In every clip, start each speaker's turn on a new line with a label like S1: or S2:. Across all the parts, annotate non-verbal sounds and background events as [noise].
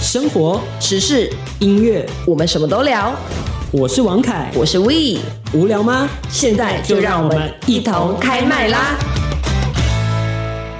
S1: 生活、
S2: 时事，
S1: 音乐，
S2: 我们什么都聊。
S1: 我是王凯。
S2: 我是 We，
S1: 无聊吗？
S2: 现在就让我们一同开麦啦！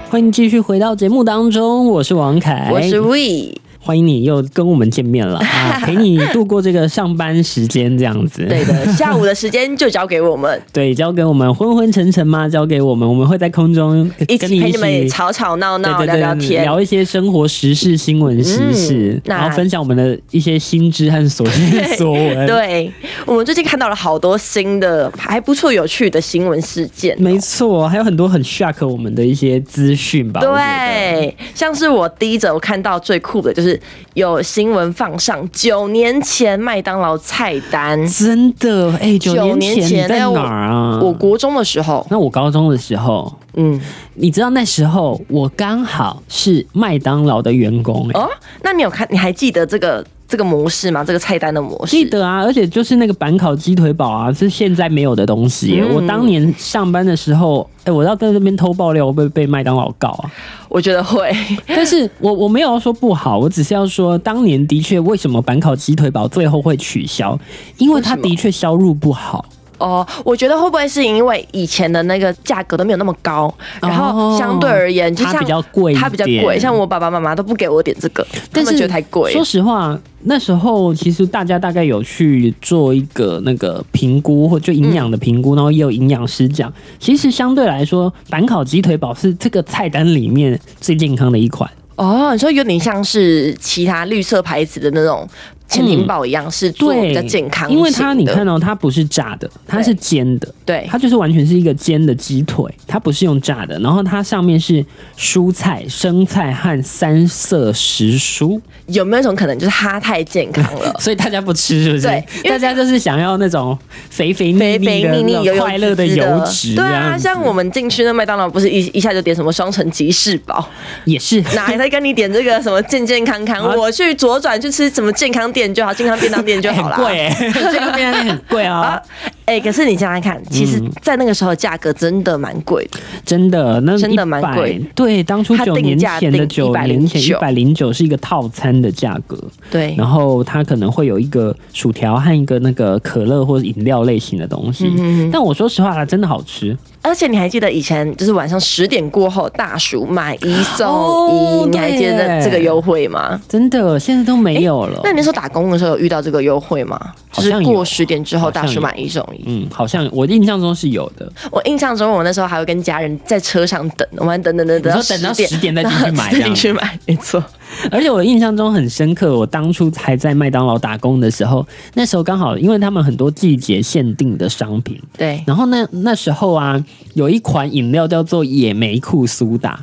S1: 欢迎继续回到节目当中，我是王凯，
S2: 我是 We，
S1: 欢迎你又跟我们见面了
S2: [laughs]
S1: 啊，陪你度过这个上班时间这样子。
S2: 对的，下午的时间就交给
S1: [laughs]
S2: 我们，
S1: 对，交给我们昏昏沉沉吗？交给我们，我们会在空中
S2: 一
S1: 跟
S2: 起陪
S1: 一
S2: 你
S1: 起
S2: 们吵吵闹
S1: 对
S2: 闹，
S1: 对
S2: 聊
S1: 对，
S2: 聊天。
S1: 聊一些生活时事、新闻时事
S2: 嗯，那
S1: 然后分享我们的一些心知和所见所闻。，
S2: 对，我们最近看到了好多新的还不错、有趣的新闻事件。
S1: 没错，还有很多很 shock 我们的一些资讯吧。我觉得，
S2: 对，像是我第一则我看到最酷的就是有新闻放上九年前麦当劳菜单，
S1: 真的，哎，九
S2: 年
S1: 年前你
S2: 前
S1: 在
S2: 哎我
S1: 哪儿啊？
S2: 我国中的时候，
S1: 那我高中的时候，
S2: 嗯，
S1: 你知道那时候我刚好是麦当劳的员工、哎
S2: 哦，那你有看？你还记得这个这个模式吗？这个菜单的模式？
S1: 记得啊，而且就是那个板烤鸡腿堡啊，是现在没有的东西、哎
S2: 嗯
S1: 我当年上班的时候，哎、我要在那边偷爆料，我会被被麦当劳告
S2: [laughs]
S1: 啊。
S2: 我觉得会， [laughs]
S1: 但是我我没有要说不好，我只是要说，当年的确为什么板烤鸡腿堡最后会取消，因为它
S2: 为什么
S1: 的确销路不好。
S2: 哦，我觉得会不会是因为以前的那个价格都没有那么高，然后相对而言，就
S1: 哦它
S2: 像
S1: 比较贵一
S2: 它比较
S1: 点
S2: 贵，像我爸爸妈妈都不给我点这个，他
S1: 但
S2: 们
S1: 是
S2: 觉得太贵
S1: 说。实话，那时候其实大家大概有去做一个那个评估，或就营养的评
S2: 嗯
S1: 估，然后也有营养师讲，其实相对来说，板烤鸡腿堡是这个菜单里面最健康的一款。
S2: 哦，你说有点像是其他绿色牌子的那种千金堡一样，是做
S1: 对，
S2: 比较健康型的，
S1: 因为它你看哦，它不是炸的，它是煎的，
S2: 对
S1: 它就是完全是一个煎的鸡腿，它不是用炸的，然后它上面是蔬菜、生菜和三色时蔬，？
S2: 有没有一种可能就是它太健康了
S1: [laughs]
S2: [laughs]
S1: 所以大家不吃是不是？
S2: 对因
S1: 大
S2: 为
S1: 家就是想要那种肥肥腻腻
S2: 肥
S1: 的、
S2: 肥腻腻、
S1: 那
S2: 油
S1: 种
S2: 油
S1: 快乐的
S2: 滋滋
S1: 油脂这
S2: 对
S1: 样子，
S2: 啊，像我们进去那麦当劳，不是一一下就点什么双层吉士堡，
S1: 也是。
S2: 哪还在跟你点这个什么健健康康？
S1: 啊
S2: 我去左转去吃什么健康店就好，健康便当店就
S1: 哎
S2: 好
S1: 很
S2: 啦。
S1: 贵、
S2: [laughs]
S1: 欸，这个便当店很贵啊
S2: 啊！哎、可是你想想看，其实，在那个时候价格真的蛮贵的。
S1: 真的，那
S2: 真的蛮
S1: 100
S2: 贵。
S1: 对，当初
S2: 它
S1: 九
S2: 定
S1: 年
S2: 价
S1: 前的
S2: 定
S1: 九年前一
S2: 109
S1: 百零九是一个套餐的价格，
S2: 对
S1: 然后它可能会有一个薯条和一个那个可乐或者饮料类型的东
S2: 嗯
S1: 西。但我说实话啦，真的好吃
S2: 而且你还记得以前就是晚上十点过后，大叔买一送一，
S1: 哦
S2: 你还记
S1: 对耶
S2: 得这个优惠吗？
S1: 真的现在都没有了。
S2: 那你那时候打工的时候有遇到这个优惠吗？
S1: 好
S2: 就
S1: 像
S2: 是
S1: 有
S2: 过十点之后，
S1: 好像
S2: 大叔
S1: 有
S2: 买一送一。
S1: 嗯，好像我印象中是有的。
S2: 我印象中，我那时候还会跟家人在车上等，我们等等等等，
S1: 你说等到
S2: 10
S1: 10点再进去
S2: [laughs] 然后
S1: 买
S2: 再
S1: 这样
S2: 进去买，没错。
S1: [laughs] 而且我印象中很深刻，我当初还在麦当劳打工的时候，那时候刚好因为他们很多季节限定的商品，
S2: 对，
S1: 然后那那时候啊，有一款饮料叫做野莓酷苏打，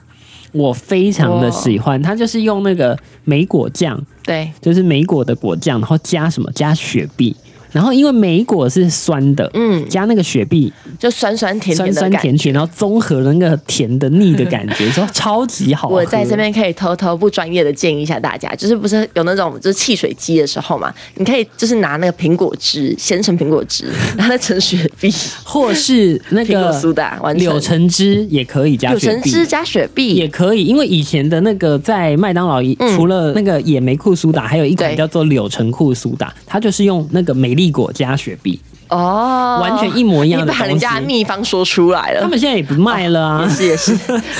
S1: 我非常的喜欢，它就是用那个莓果酱，
S2: 对，
S1: 就是莓果的果酱，然后加什么加雪碧。然后因为莓果是酸的，嗯，加那个雪碧，
S2: 就酸酸甜
S1: 酸
S2: 甜的
S1: 酸
S2: 感觉。
S1: 甜甜，然后综合那个甜的腻的感
S2: [laughs]
S1: 觉，说超级好喝。
S2: 我在这边可以偷偷不专业的建议一下大家，就是不是有那种就是汽水机的时候嘛，你可以就是拿那个苹果汁鲜橙苹果汁，然后再盛雪
S1: [laughs]
S2: 碧、
S1: 或是那
S2: 苹果
S1: 个
S2: 苏打，完成
S1: 柳橙汁也可以加
S2: 有
S1: 雪
S2: 橙
S1: 碧，
S2: 汁加雪
S1: 也
S2: 碧，
S1: 可以，因为以前的那个在麦当劳，除了那个野莓酷苏打，还有一款
S2: 嗯对
S1: 叫做柳橙酷苏打，它就是用那个美丽果加雪碧，
S2: 哦，
S1: 完全一模一样
S2: 你
S1: 的
S2: 把
S1: 东
S2: 人
S1: 西。
S2: 家的秘方说出来
S1: 他
S2: 了，
S1: 们现在也不卖了啊。
S2: 是也是，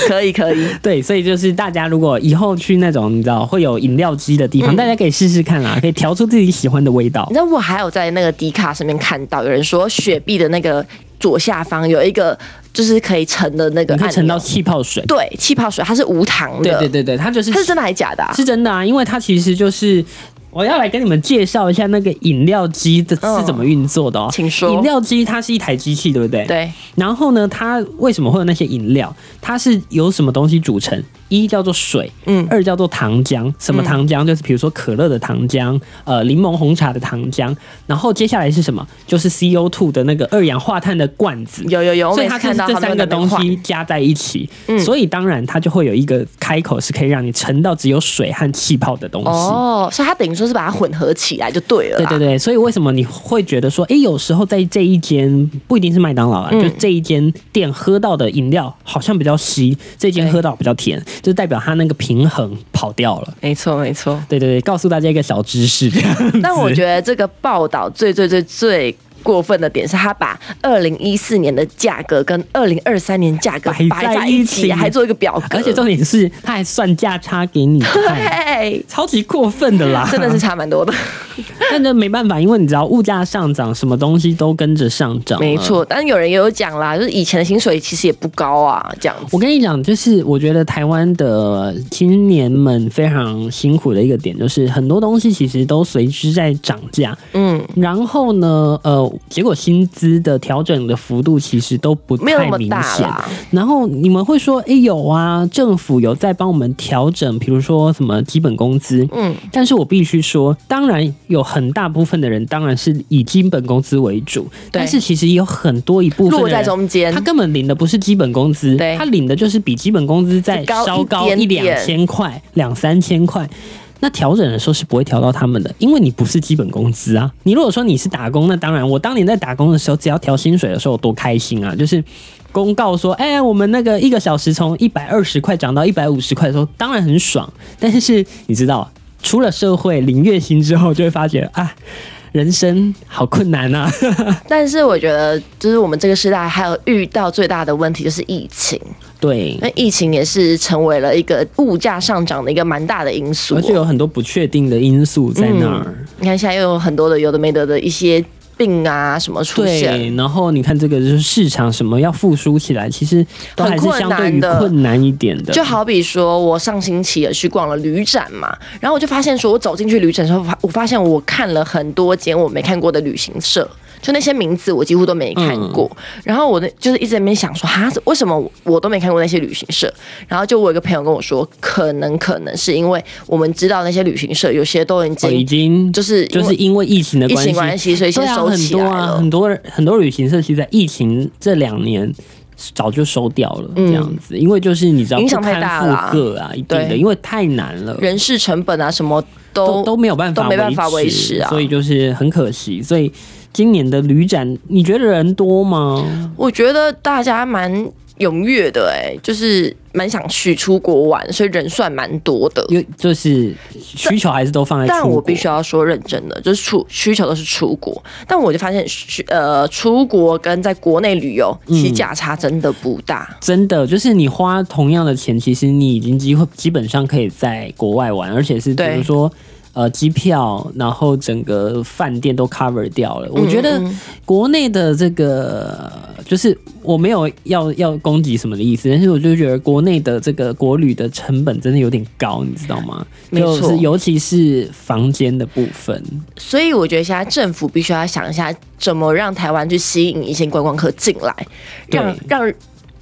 S2: 可以可以。
S1: [laughs] 对，所以就是大家如果以后去那种你知道会有饮料机的
S2: 嗯
S1: 地方，大家可以试试看啦，可以调出自己喜欢的味道
S2: 你。知道我还有在那个迪卡上面看到有人说雪碧的那个左下方有一个就是可以盛的那个
S1: 你可以
S2: 按
S1: 盛到
S2: 钮，
S1: 气泡水。
S2: 对，气泡水它是无糖
S1: 对
S2: 的，
S1: 对对对，它就是
S2: 它是真的还假的、啊？
S1: 是真的啊，因为它其实就是我要来跟你们介绍一下那个饮料机的
S2: 嗯
S1: 是怎么运作的哦。
S2: 请说
S1: 饮料机它是一台机器，对不对？。
S2: 对，
S1: 然后呢，它为什么会有那些饮料？它是由什么东西组成？一叫做水，
S2: 嗯
S1: 二叫做糖浆。什么糖浆？就是比如说可乐的糖浆，
S2: 嗯
S1: 呃，柠檬红茶的糖浆。然后接下来是什么？就是 CO2 的那个二氧化碳的罐子。
S2: 有有有，我
S1: 所以
S2: 每
S1: 它
S2: 次
S1: 就
S2: 看
S1: 是
S2: 到
S1: 这
S2: 他们
S1: 三
S2: 有
S1: 个
S2: 在
S1: 东
S2: 那边
S1: 西加在一起，
S2: 嗯
S1: 所以当然它就会有一个开口是可以让你盛到只有水和气泡的东西。
S2: 换哦，所以它等于说是把它混合起来就对了。
S1: 对对，对，所以为什么你会觉得说，诶，有时候在这一间不一定是麦当劳啦，啊
S2: 嗯
S1: 就这一间店喝到的饮料好像比较稀，这间
S2: 对
S1: 喝到比较甜，就代表它那个平衡跑掉了。
S2: 没错没错。
S1: 对对对，告诉大家一个小知
S2: [laughs]
S1: 识。这样子
S2: 但我觉得这个报道最最最最过分的点是，他把二零一四年的价格跟二零二三年价格
S1: 摆在
S2: 摆在一
S1: 一起
S2: 起，还做一个表格，
S1: 而且重点是，他还算价差给你
S2: [laughs]
S1: 看，
S2: 对，
S1: 超级过分的啦！
S2: 真的是，差蛮多的。
S1: 但这没办法，因为你知道物价上涨，什么东西都跟着上涨。啊
S2: 没。错，但有人也有讲啦，就是以前的薪水其实也不高啊，这样子。
S1: 我跟你讲，就是我觉得台湾的青年们非常辛苦的一个点，就是很多东西其实都随之在涨价。
S2: 嗯，
S1: 然后呢，呃，结果薪资的调整的幅度其实都不
S2: 没有那
S1: 太
S2: 么
S1: 明
S2: 大
S1: 显。
S2: 啦。
S1: 然后你们会说，哎、有啊，政府有在帮我们调整，比如说什么基本工资。
S2: 嗯，
S1: 但是我必须说，当然有很大部分的人当然是以基本工资为主，但是其实也有很多一部分
S2: 落
S1: 的
S2: 在
S1: 人。
S2: 中间
S1: 他，根本领的不是基本工资
S2: 对，
S1: 他领的就是比基本工资再
S2: 高一
S1: 稍高
S2: 点
S1: 一两
S2: 点
S1: 千块、两三千块。那调整的时候是不会调到他们的，因为你不是基本工资啊。你如果说你是打工，那当然，我当年在打工的时候，只要调薪水的时候，我多开心啊！就是公告说，哎、我们那个一个小时从一百二十块涨到一百五十块的时候，当然很爽。但是你知道，出了社会领月薪之后，就会发觉啊，人生好困难啊。
S2: 但是我觉得，就是我们这个时代还有遇到最大的问题就是疫情，
S1: 嗯对，
S2: 那疫情也是成为了一个物价上涨的一个蛮大的因素、哦
S1: 而且有很多不确定的因素在那儿。
S2: 你看现在又有很多的有的没得的一些病啊什么出现，
S1: 对，然后你看这个就是市场什么要复苏起来，其实都还是相对于困难一点的。哦
S2: 就好比说我上星期也去逛了旅展嘛，然后我就发现说，我走进去旅展的时候，我发现我看了很多间我没看过的旅行社。就那些名字我几乎都没看过，
S1: 嗯
S2: 然后我的就是一直在那边想说，哈，为什么我我都没看过那些旅行社？然后就我有一个朋友跟我说，可能可能是因为我们知道那些旅行社有些都已
S1: 哦已
S2: 经
S1: 经
S2: 就是因
S1: 就
S2: 为
S1: 是因为疫情的
S2: 疫
S1: 关系，
S2: 情关系，所以
S1: 对
S2: 先
S1: 啊，
S2: 收
S1: 很
S2: 起
S1: 多
S2: 来
S1: 啊，
S2: 了。
S1: 很多人很多旅行社其实在疫情这两年。早就收掉了，这样子，因为就是你知道
S2: 嗯影响
S1: 不堪
S2: 太大啦
S1: 负荷啊，一定的，
S2: 对
S1: 因为太难了，
S2: 人事成本啊什么
S1: 都
S2: 都
S1: 都没有办法
S2: 都没办法维持啊
S1: 所以就是很可惜。所以今年的旅展，你觉得人多吗？
S2: 我觉得大家蛮踊跃的、欸，就是蛮想去出国玩，所以人算蛮多的。
S1: 因为就是需求还是都放在出
S2: 但
S1: 国
S2: 我必须要说认真的，就是出需求都是出国，但我就发现需呃出国跟在国内旅游其实价差真的不大。
S1: 真的就是你花同样的钱，其实你已经几乎基本上可以在国外玩，而且是比
S2: 对
S1: 如说。呃，机票，然后整个饭店都 cover 掉了。我觉
S2: 嗯
S1: 得国内的这个，就是我没有要要攻击什么的意思，但是我就觉得国内的这个国旅的成本真的有点高，你知道吗？
S2: 没错
S1: 就是尤其是房间的部分。
S2: 所以我觉得现在政府必须要想一下，怎么让台湾去吸引一些观光客进来，
S1: 对
S2: 让让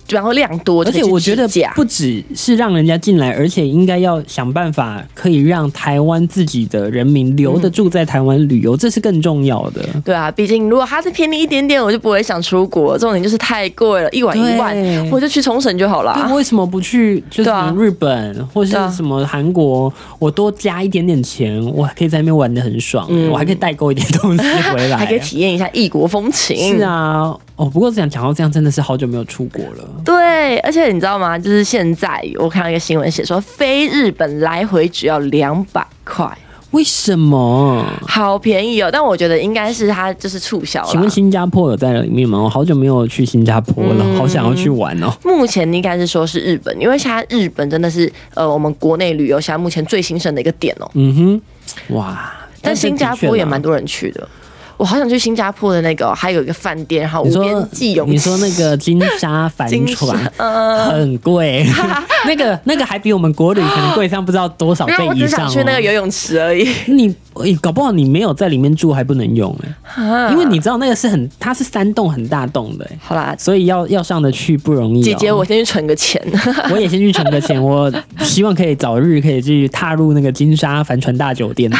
S2: 然后量多，
S1: 而且我觉得
S2: 假
S1: 不只是让人家进来，而且应该要想办法可以让台湾自己的人民留得住在台湾旅游，这是更重要的。
S2: 对啊，毕竟如果它是便宜一点点，我就不会想出国。重点就是太贵了，一晚一万
S1: 对，
S2: 我就去冲绳就好
S1: 那
S2: 啦。
S1: 为什么不去就是
S2: 对啊
S1: 日本、或是
S2: 对啊
S1: 什么韩国？我多加一点点钱，我还可以在那边玩的很爽、
S2: 嗯
S1: 我还可以代购一点东西
S2: [laughs]
S1: 回来。啊
S2: 还可以体验一下异国风情。
S1: 是，啊，哦，不过讲讲到这样，真的是好久没有出国了。
S2: 对，而且你知道吗？就是现在我看到一个新闻写说，飞日本来回只要两百块，
S1: 为什么？
S2: 好便宜哦。但我觉得应该是它就是促销
S1: 请问
S2: 了。
S1: 新加坡有在里面吗？我好久没有去新加坡了，
S2: 嗯
S1: 好想要去玩哦。
S2: 目前应该是说是日本，因为现在日本真的是呃我们国内旅游现在目前最兴盛的一个点哦。
S1: 嗯哼，哇！这
S2: 但
S1: 的
S2: 新加
S1: 确
S2: 坡也
S1: 啦
S2: 蛮多人去的。我好想去新加坡的那个哦、还有一个饭店，然后
S1: 你
S2: 无
S1: 说
S2: 边际泳池。
S1: 你说那个金沙帆
S2: [laughs] 金
S1: 船
S2: 沙嗯
S1: 很贵，
S2: [laughs]
S1: 那个那个还比我们国旅可能贵上不知道多少
S2: 没
S1: 倍
S2: 有，我
S1: 以
S2: 只
S1: 上、
S2: 想
S1: 哦。
S2: 去那个游泳池
S1: [laughs]
S2: 而已。
S1: 你诶搞不好你没有在里面住还不能用哎、因为你知道那个是很它是三栋很大栋的、哎
S2: 好啦，
S1: 所以要要上得去不容易、哦。
S2: [laughs] 姐姐，我先去存个钱。
S1: [laughs] 我也先去存个钱，我希望可以早日可以
S2: [laughs]
S1: 去踏入那个金沙帆船大酒店。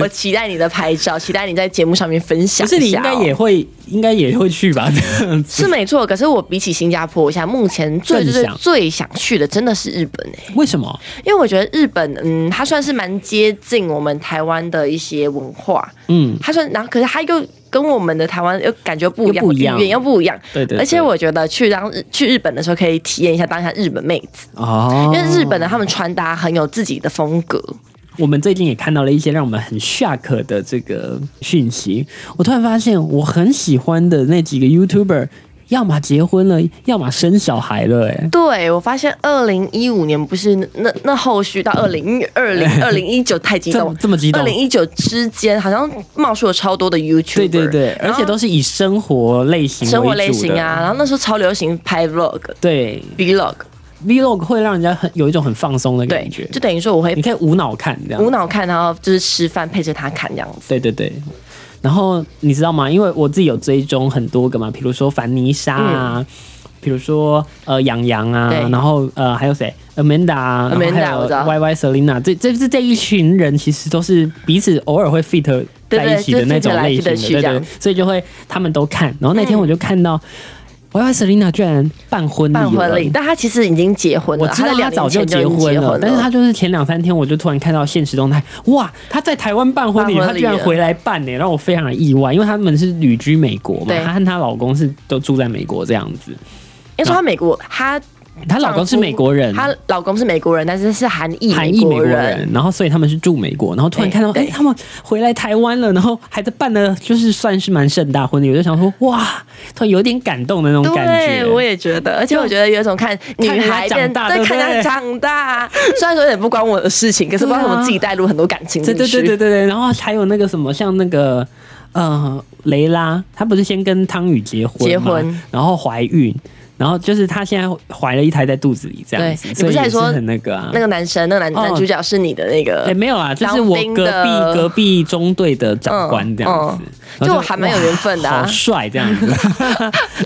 S2: 我期待你的拍照，期待你在节目上面面分享
S1: 可
S2: 一下、哦
S1: 是你应该也会，应该也会去吧？这样子
S2: 是没错，可是我比起新加坡，我现在目前最
S1: 更
S2: 最
S1: 想
S2: 最想去的真的是日本哎、
S1: 为什么？
S2: 因为我觉得日本，嗯，它算是蛮接近我们台湾的一些文化，
S1: 嗯，
S2: 它算，然后可是它又跟我们的台湾又感觉不一
S1: 又
S2: 样，
S1: 不一样
S2: 语言又不一样。
S1: 对对对
S2: 而且我觉得去当日去日本的时候，可以体验一下当下日本妹子，
S1: 哦
S2: 因，为日本的他们穿搭很有自己的风格。
S1: 我们最近也看到了一些让我们很 shock 的这个讯息。我突然发现，我很喜欢的那几个 YouTuber，要么结婚了，要么生小孩了、哎，
S2: 对我发现，二零一五年不是那那后续到二零二零
S1: [laughs]
S2: 二零一九太激
S1: 这
S2: 动
S1: 么，这么激动
S2: 二零。一九之间好像冒出了超多的 YouTube，
S1: 对对对，而且都是以生活类型为
S2: 生活类
S1: 主的
S2: 型啊，。然后那时候超流行拍 Vlog、
S1: 对
S2: Vlog，
S1: ，Vlog 会让人家很有一种很放松的
S2: 对
S1: 感觉，，
S2: 就等于说我会
S1: 你可以无脑看这样
S2: 无。脑看，然后就是吃饭配着它看这样子。
S1: 对对对。然后你知道吗？因为我自己有追踪很多个嘛，比如说凡妮莎啊，比、如说呃杨洋啊
S2: 嗯对，
S1: 然后呃还有谁？Amanda 啊
S2: Amanda，
S1: 然后
S2: 我知道
S1: 还有 YY Selina，这这这这一群人其实都是彼此偶尔会 fit
S2: 对
S1: 在一起
S2: 就
S1: 的那
S2: fit
S1: 种
S2: 来
S1: 类型的，
S2: fit 去
S1: 对
S2: 这
S1: 对
S2: 样，嗯
S1: 所以就会他们都看。然后那天我就看到 YY Selina 居然办婚礼
S2: 办婚
S1: 了
S2: 礼，但他其实已经结婚
S1: 我
S2: 了，
S1: 知道
S2: 在
S1: 他
S2: 两
S1: 早
S2: 年前就已
S1: 结
S2: 经
S1: 婚
S2: 结
S1: 了，
S2: 了，
S1: 但是他就是前两三天我就突然看到现实动态，哇，他在台湾办婚礼，
S2: 办
S1: 他
S2: 婚礼
S1: 居然
S2: 了
S1: 回来办呢、让我非常的意外，因为他们是旅居美国嘛
S2: 对，
S1: 她和她老公是都住在美国这样子，
S2: 因为说他美国，他
S1: 她老公是美国人，
S2: 她老公是美国人，但是是韩裔
S1: 韩裔美
S2: 国
S1: 国人，然后所以他们是住美国，然后突然
S2: 对
S1: 看到哎、
S2: 对
S1: 诶他们回来台湾了，然后还在办的，就是算是蛮盛大婚礼，我就想说哇，突然有点感动的那种感
S2: 对，
S1: 觉，
S2: 我也觉得，而且我觉得有一种看女
S1: 看人家
S2: 孩
S1: 长
S2: 变，
S1: 大
S2: 对
S1: 对不
S2: 看她
S1: 对
S2: 长大，虽然说有点不关我的事情，可是不知
S1: 对啊
S2: 道为什么自己带入很多感情进
S1: 对
S2: 去。
S1: 对对对对对，然后还有那个什么，像那个呃雷拉，她不是先跟汤宇结婚吗
S2: 结婚，
S1: 然后怀孕，然后就是她现在怀了一胎在肚子里这样子，
S2: 对你
S1: 所
S2: 不
S1: 以
S2: 是
S1: 也
S2: 还
S1: 是
S2: 说
S1: 很那个啊
S2: 那。个男生，那个男、
S1: 哦
S2: 男主角是你的那个
S1: 哎、，没有啊，就是
S2: 当
S1: 我
S2: 兵
S1: 隔
S2: 的
S1: 壁隔壁中队的长官这样子
S2: 嗯，
S1: 然后
S2: 就还蛮有缘分的啊
S1: 哇好帅这样子，
S2: [laughs]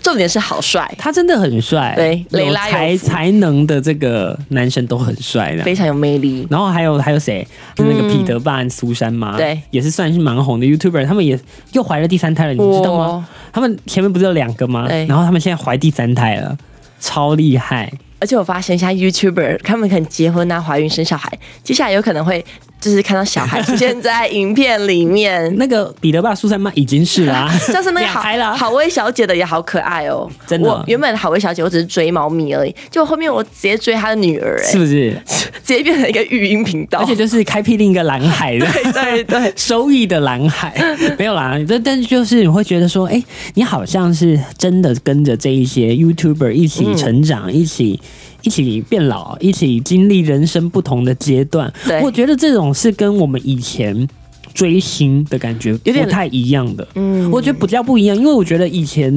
S2: 重点是好帅，
S1: 他真的很帅，
S2: 对
S1: 有
S2: 雷拉有
S1: 才
S2: 福
S1: 才能的这个男生都很帅的，
S2: 非常有魅力。
S1: 然后还有还有谁？就是那个彼得爸、苏珊妈，
S2: 嗯对
S1: 也是算是蛮红的 YouTuber，他们也又怀了第三胎了，你知道吗？他们前面不是有两个吗？
S2: 对
S1: 然后他们现在怀第三胎了，超厉害！
S2: 而且我发现，现在 YouTuber 他们可能结婚啊、怀孕、生小孩，接下来有可能会就是看到小孩出现在影片
S1: [laughs]
S2: 里面，
S1: 那个彼得爸、苏珊妈已经是
S2: [laughs]
S1: 啦、 [laughs]
S2: 像是那个
S1: 两
S2: 好
S1: 胎啦，
S2: 好味小姐的也好可爱哦。
S1: 真的
S2: 我原本好味小姐我只是追猫咪而已，就后面我直接追她的女儿、哎
S1: 是，不是？
S2: 直接变成一个语音频道，
S1: 而且
S2: [laughs]
S1: 就是开辟另一个蓝海的。
S2: 对对对，
S1: 收益的蓝
S2: [laughs]
S1: 海没有啦，但但就是你会觉得说，哎、你好像是真的跟着这一些 YouTuber 一起成长，
S2: 嗯
S1: 一起一起变老，一起经历人生不同的阶段
S2: 对。
S1: 我觉得这种是跟我们以前。追星的感觉
S2: 有点
S1: 不太一样的，嗯，我觉得比较不一样，因为我觉得以前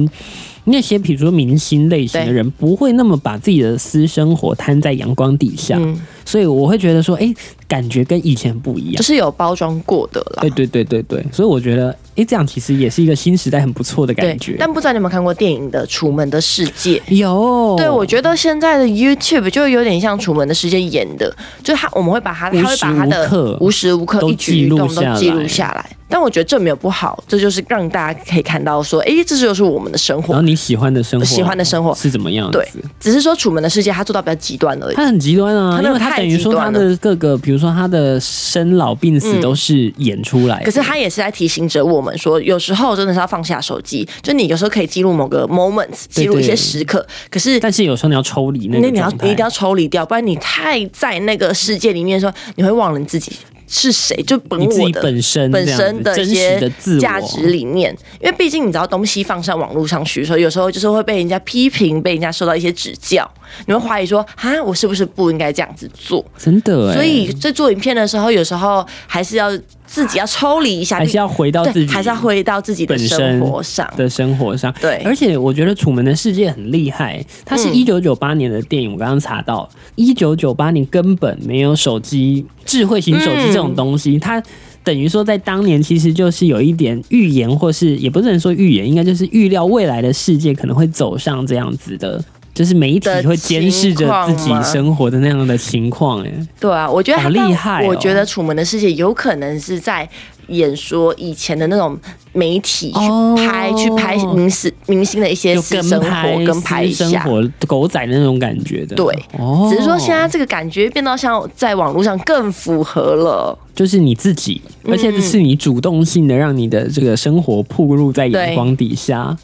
S1: 那些比如说明星类型的人不会那么把自己的私生活摊在阳光底下，
S2: 嗯
S1: 所以我会觉得说，哎、感觉跟以前不一样
S2: 就。是有包装过的啦
S1: 对。对对对对，所以我觉得，诶，这样其实也是一个新时代很不错的
S2: 对
S1: 感觉，。
S2: 但不知道你有没有看过电影的《楚门的世界》？
S1: 有，
S2: 对，我觉得现在的 YouTube 就有点像《楚门的世界》演的，就是他我们会把他，
S1: 无时
S2: 他会把他
S1: 无
S2: 的
S1: 刻
S2: 无时无刻
S1: 都
S2: 一举一动
S1: 记录下
S2: 都
S1: 来
S2: 记录下来。但我觉得这没有不好，这就是让大家可以看到说，诶，这就是我们的生
S1: 然
S2: 活
S1: 后，你喜欢的嗯生活，
S2: 喜欢的生活。
S1: 是怎么样
S2: 对
S1: 子？
S2: 只是说《楚门的世界》他做到比较极端而已。
S1: 他很极端啊，
S2: 他那
S1: 因
S2: 个
S1: 为他
S2: 太
S1: 等于
S2: 极
S1: 说他
S2: 端了嗯
S1: 的各个，比如说他的生老病死都是演出来的。
S2: 可是他也是在提醒着我们说，有时候真的是要放下手机，就你有时候可以记录某个 moments，记录一些时刻，可是
S1: 但是有时候你要抽离那
S2: 那
S1: 个
S2: 你要
S1: 状
S2: 你一定
S1: 态，
S2: 要抽离掉，不然你太在那个世界里面说，你会忘了你自己是谁，就本
S1: 你自
S2: 我
S1: 己
S2: 的
S1: 本身
S2: 本
S1: 这样子
S2: 身的
S1: 真
S2: 一
S1: 实的
S2: 些
S1: 自我
S2: 价值理念，因为毕竟你知道东西放上网络上去的时候，有时候就是会被人家批评，被人家受到一些指教，你会怀疑说啊，我是不是不应该这样子做？
S1: 真的、诶
S2: 所以在做影片的时候，有时候还是要自己要抽离一下，
S1: 哦还是要回到自
S2: 对，
S1: 己，
S2: 还是要回到自己的
S1: 本
S2: 生
S1: 身
S2: 活上。
S1: 的生活上。
S2: 对嗯
S1: 而且我觉得《楚门的世界》很厉害，它是一九九八年的电影，我刚刚查到，一九九八年根本没有手机、智慧型手机这种东西，它。等于说，在当年其实就是有一点预言，或是也不是能说预言，应该就是预料未来的世界可能会走上这样子的，就是媒体
S2: 的
S1: 会监视
S2: 情
S1: 着
S2: 况
S1: 自己
S2: 吗
S1: 生活的那样的情况。哎，
S2: 对啊，我觉得
S1: 好
S2: 他
S1: 厉
S2: 让
S1: 害哦
S2: 我觉得《楚门的世界》有可能是在演说以前的那种媒体
S1: 哦
S2: 去拍、去拍明星明星的一些
S1: 就
S2: 私
S1: 跟
S2: 生
S1: 拍
S2: 活，跟拍一
S1: 私生
S2: 下。
S1: 活狗仔的那种感觉的。
S2: 对
S1: 哦
S2: 只是说现在这个感觉变到像在网络上更符合了，
S1: 就是你自己，
S2: 嗯
S1: 而且是你主动性的让你的这个生活暴露在眼光底下。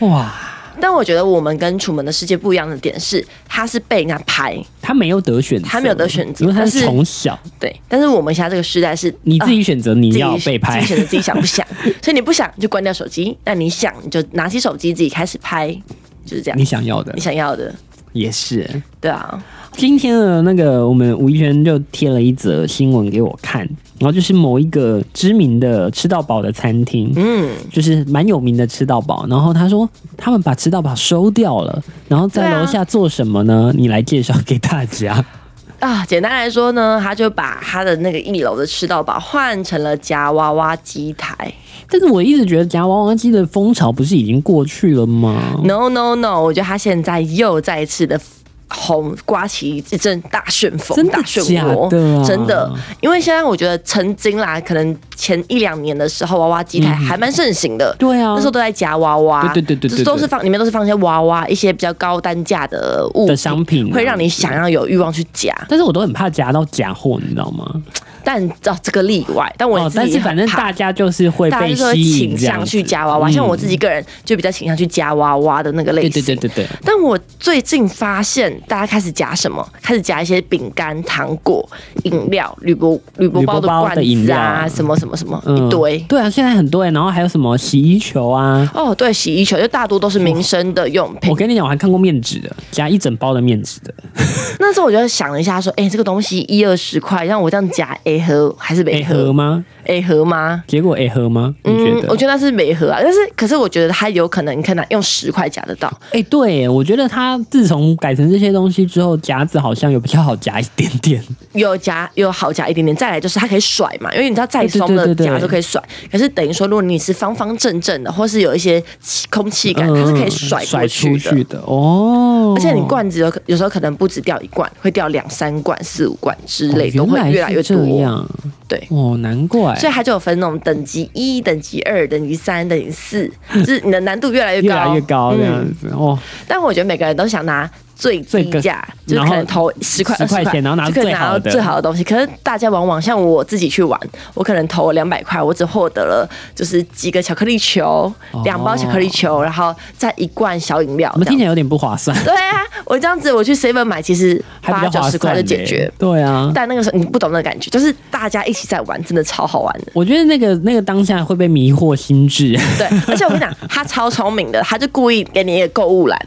S1: 哇，
S2: 但我觉得我们跟《楚门的世界》不一样的点是，他是被人家拍，
S1: 他没有得选择，
S2: 他没有得选择
S1: 因为他
S2: 但
S1: 是
S2: 是
S1: 从小
S2: 对。但是我们现在这个时代是
S1: 你自
S2: 啊
S1: 己选择你
S2: 自己
S1: 要被拍
S2: 自己，选择自己想
S1: [laughs]
S2: 不想。所以你不想你就关掉手机，那你想你就拿起手机自己开始拍，就是这样。
S1: 你想要的
S2: 你想要的，
S1: 也是。
S2: 对啊，
S1: 今天的那个我们吴亦轩就贴了一则新闻给我看，然后就是某一个知名的吃到饱的餐厅，
S2: 嗯，
S1: 就是蛮有名的吃到饱。然后他说他们把吃到饱收掉了，然后
S2: 对
S1: 在
S2: 啊
S1: 楼下做什么呢？你来介绍给大家。
S2: 啊，简单来说呢，他就把他的那个一楼的吃到饱换成了夹娃娃机台。
S1: 但是我一直觉得夹娃娃机的风潮不是已经过去了吗？
S2: No No No，我觉得他现在又再一次的。红刮起一阵大旋风，
S1: 真的
S2: 大漩
S1: 假
S2: 涡，
S1: 的啊
S2: 真的。因为现在我觉得曾经啦，可能前一两年的时候，娃娃机台还蛮盛行的，
S1: 嗯对啊
S2: 那时候都在夹娃娃，
S1: 对对对对对
S2: 就是都是放里面都是放一些娃娃，一些比较高单价的物
S1: 的商品啊
S2: 会让你想要有欲望去夹。
S1: 但是我都很怕夹到假货，你知道吗？
S2: 但哦，这个例外，但我
S1: 哦，
S2: 自己
S1: 但是
S2: 很
S1: 反正
S2: 怕
S1: 大家就是会
S2: 大家
S1: 被
S2: 就是会
S1: 吸引
S2: 倾
S1: 这样
S2: 向
S1: 子
S2: 去夹娃娃，像我自己个人就比较倾向去夹娃娃的那个类
S1: 对
S2: 型。
S1: 对对对对，
S2: 但我最近发现，大家开始夹什么？开始夹一些饼干、糖果、饮料、铝箔铝箔包的罐
S1: 铝箔包
S2: 子
S1: 的饮
S2: 啊，
S1: 料
S2: 什么什么什么、
S1: 嗯
S2: 一堆。
S1: 对啊，现在很多人，然后还有什么洗衣球
S2: [laughs]
S1: 啊。
S2: 哦，对，洗衣球就大多都是民生的用品
S1: 我。跟你讲，我还看过面纸的，夹一整包的面纸的，
S2: 那时候我就想了一下，说，哎、这个东西一二十块，让我这样夹 A 盒还是
S1: 哎
S2: 没
S1: 喝
S2: 盒
S1: 吗？
S2: ？A 盒吗？
S1: 结果哎喝吗？你觉
S2: 嗯，
S1: 得？
S2: 我觉得那是没盒啊，但是可是我觉得它有可能，你看它用十块夹得到，
S1: 哎、对耶，我觉得它自从改成这些东西之后，夹子好像有比较好夹一点点。
S2: [laughs] 有夹有好夹一点点，再来就是它可以甩嘛，因为你知道再松的
S1: 对对对对
S2: 夹就可以甩，可是等于说如果你是方方正正的，或是有一些气空气感，它是可以甩过
S1: 嗯甩出
S2: 去的。
S1: 去的哦。
S2: 而且你罐子有可有时候可能不止掉一罐，会掉两三罐、四五罐之
S1: 哦
S2: 类的，都会
S1: 原
S2: 越来越
S1: 是这
S2: 多。
S1: 样
S2: 对
S1: 哦，难怪。
S2: 所以它就有分那种等级一、等级二、等级三、等
S1: [laughs]
S2: 级四，就是你的难度越来越
S1: 越
S2: 高，嗯
S1: 来越高这样子、哦，
S2: 但我觉得每个人都想拿最低价，
S1: 最
S2: 就
S1: 个
S2: 是可能投十块、
S1: 10
S2: 二
S1: 块
S2: 十
S1: 钱然后拿
S2: 就可以拿
S1: 最好
S2: 到
S1: 的
S2: 最好的东西。可是大家往往像我自己去玩，我可能投两百块，我只获得了就是几个巧克力球
S1: 哦、
S2: 两、包巧克力球，然后再一罐小饮料
S1: 我们
S2: 这
S1: 听
S2: 样。
S1: 起来有点不划算，
S2: 对啊，我这样子我去 seven 买，其实
S1: 还
S2: 八
S1: 比较
S2: 九
S1: 划
S2: 十块
S1: 算
S2: 就
S1: 嘞
S2: 解决。。
S1: 对啊，
S2: 但那个时候你不懂那个感觉，就是大家一起在玩，真的超好玩的。
S1: 我觉得那个那个当下会被迷惑心智
S2: 对，而且我跟你讲，他超聪明的，他就故意给你一个购物篮，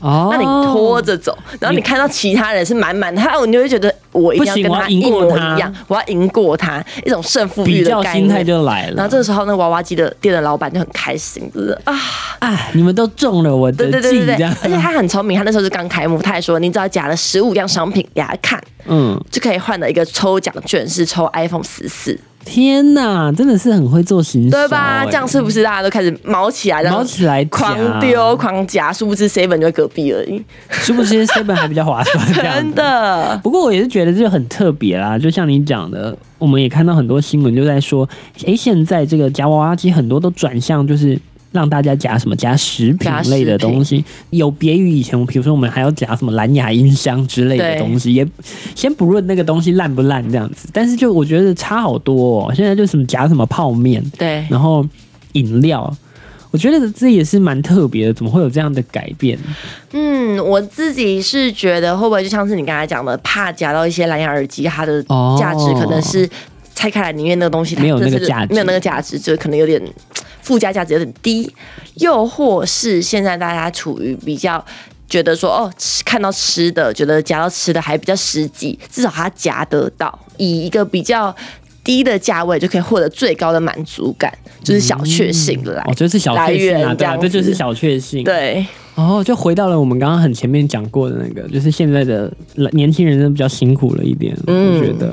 S1: 哦
S2: [laughs] 那你拖着走，然后你看到其他人是满满的，他你就会觉得我一定要
S1: 不行
S2: 跟
S1: 我要
S2: 他
S1: 赢
S2: 一
S1: 过
S2: 模
S1: 他
S2: 一样，我要赢过他，一种胜负欲
S1: 比
S2: 的
S1: 较
S2: 概
S1: 心态
S2: 念。
S1: 就来
S2: 然
S1: 了
S2: 后。这个时候，那娃娃机的店的老板就很开心，就是
S1: [laughs]
S2: 啊，
S1: 哎，你们都中了我的
S2: 对对对
S1: 计，
S2: 对
S1: 这
S2: 对，
S1: 样
S2: 而且他很聪明，他那时候是刚开幕，他还说，你只要夹了十五样商品给他看，
S1: 嗯，
S2: 就可以换了一个抽奖券，是抽 iPhone 十四，
S1: 天哪，真的是很会做行销、
S2: 对吧？
S1: 哎
S2: 这样是不是大家都开始毛起来，然后
S1: 毛起来夹
S2: 狂丢狂夹？殊不知 seven 就在隔壁而已，
S1: 是不是 seven 还比较划算？这样
S2: [laughs] 真
S1: 子
S2: 的。
S1: 不过我也是觉得这很特别啦，就像你讲的，我们也看到很多新闻就在说，诶，现在这个夹娃娃机很多都转向就是。让大家夹什么夹食品
S2: 夹食
S1: 类的东西，有别于以前，比如说我们还要夹什么蓝牙音箱之类的
S2: 对
S1: 东西，也先不论那个东西烂不烂这样子，但是就我觉得差好多、哦。现在就什么夹什么泡面，
S2: 对，
S1: 然后饮料，我觉得这也是蛮特别的，怎么会有这样的改变？
S2: 嗯，我自己是觉得会不会就像是你刚才讲的，怕夹到一些蓝牙耳机，它的
S1: 哦
S2: 价值可能是拆开来里面那个东西它
S1: 没有那个
S2: 真的是
S1: 价值
S2: 没有那个价值，就可能有点附加价值有点低，又或是现在大家处于比较。觉得说哦，吃看到吃的，觉得夹到吃的还比较实际，至少它夹得到，以一个比较低的价位就可以获得最高的满足感，就是小确幸来、
S1: 哦，就是小
S2: 来
S1: 确幸啊，
S2: 源这
S1: 对啊，
S2: 样
S1: 这
S2: 子，
S1: 就是小确幸。
S2: 对。
S1: 哦，就回到了我们刚刚很前面讲过的那个，就是现在的年轻人真的比较辛苦了一点，我觉得。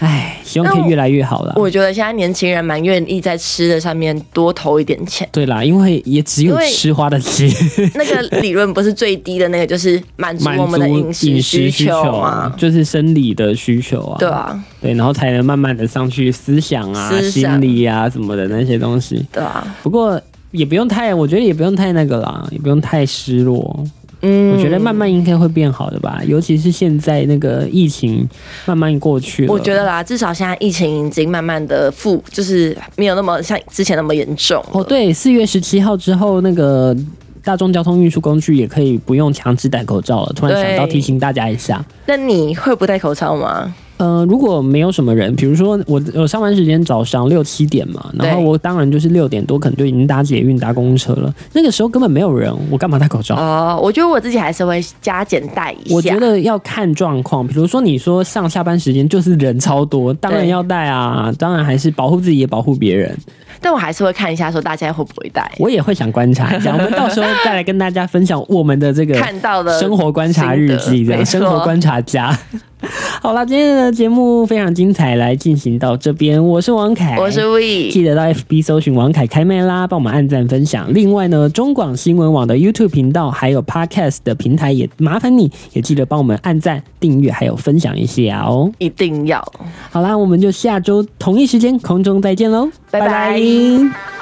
S1: 唉，希望可以越来越好啦。。
S2: 嗯我觉得现在年轻人蛮愿意在吃的上面多投一点钱
S1: [laughs] 对啦，因为也只有
S2: 因为
S1: 吃花的
S2: [laughs]
S1: 鸡，
S2: 那个理论不是最低的那个，就是满足
S1: 满
S2: 我们
S1: 足
S2: 的饮
S1: 饮
S2: 需
S1: 食需
S2: 求
S1: 求
S2: 嘛
S1: 啊，。就是生理的需求啊。
S2: 对，啊，
S1: 对，然后才能慢慢的上去思想啊、
S2: 思想
S1: 心理啊什么的那些东西。
S2: 对啊，
S1: 不过也不用太，我觉得也不用太那个啦，也不用太失落。
S2: 嗯
S1: 我觉得慢慢应该会变好的吧，尤其是现在那个疫情慢慢过去了。
S2: 我觉得啦，至少现在疫情已经慢慢的复，就是没有那么像之前那么严重。
S1: 哦，，对，四月十七号之后，那个大众交通运输工具也可以不用强制戴口罩了。突然想到
S2: 对
S1: 提醒大家一下，
S2: 那你会不戴口罩吗？
S1: 呃，如果没有什么人，比如说我我上班时间早上六七点嘛，然后
S2: 对
S1: 我呃当然就是六点多可能就已经搭捷运搭公车了，那个时候根本没有人，我干嘛戴口罩？
S2: 哦，啊我觉得我自己还是会加减戴一下。
S1: 我觉得要看状况，比如说你说上下班时间就是人超多，当然
S2: 对
S1: 要戴啊，当然还是保护自己也保护别人。
S2: 但我还是会看一下说大家会不会戴。
S1: 我也会想观察一下，我们到时候再来跟大家分享我们的这个
S2: [laughs] 看到的
S1: 生活观察日记，
S2: 心得
S1: 这样
S2: 没错
S1: 生活观察家。 [laughs] 好了，今天的节目非常精彩，来进行到这边，我是王凯，
S2: 我是 We，
S1: 记得到 FB 搜寻王凯开麦啦，帮我们按赞分享。另外呢，中广新闻网的 YouTube 频道还有 Podcast 的平台也麻烦你也记得帮我们按赞、订阅还有分享一下哦。
S2: 一定要。
S1: 好啦，我们就下周同一时间空中再见喽，
S2: 拜拜
S1: 拜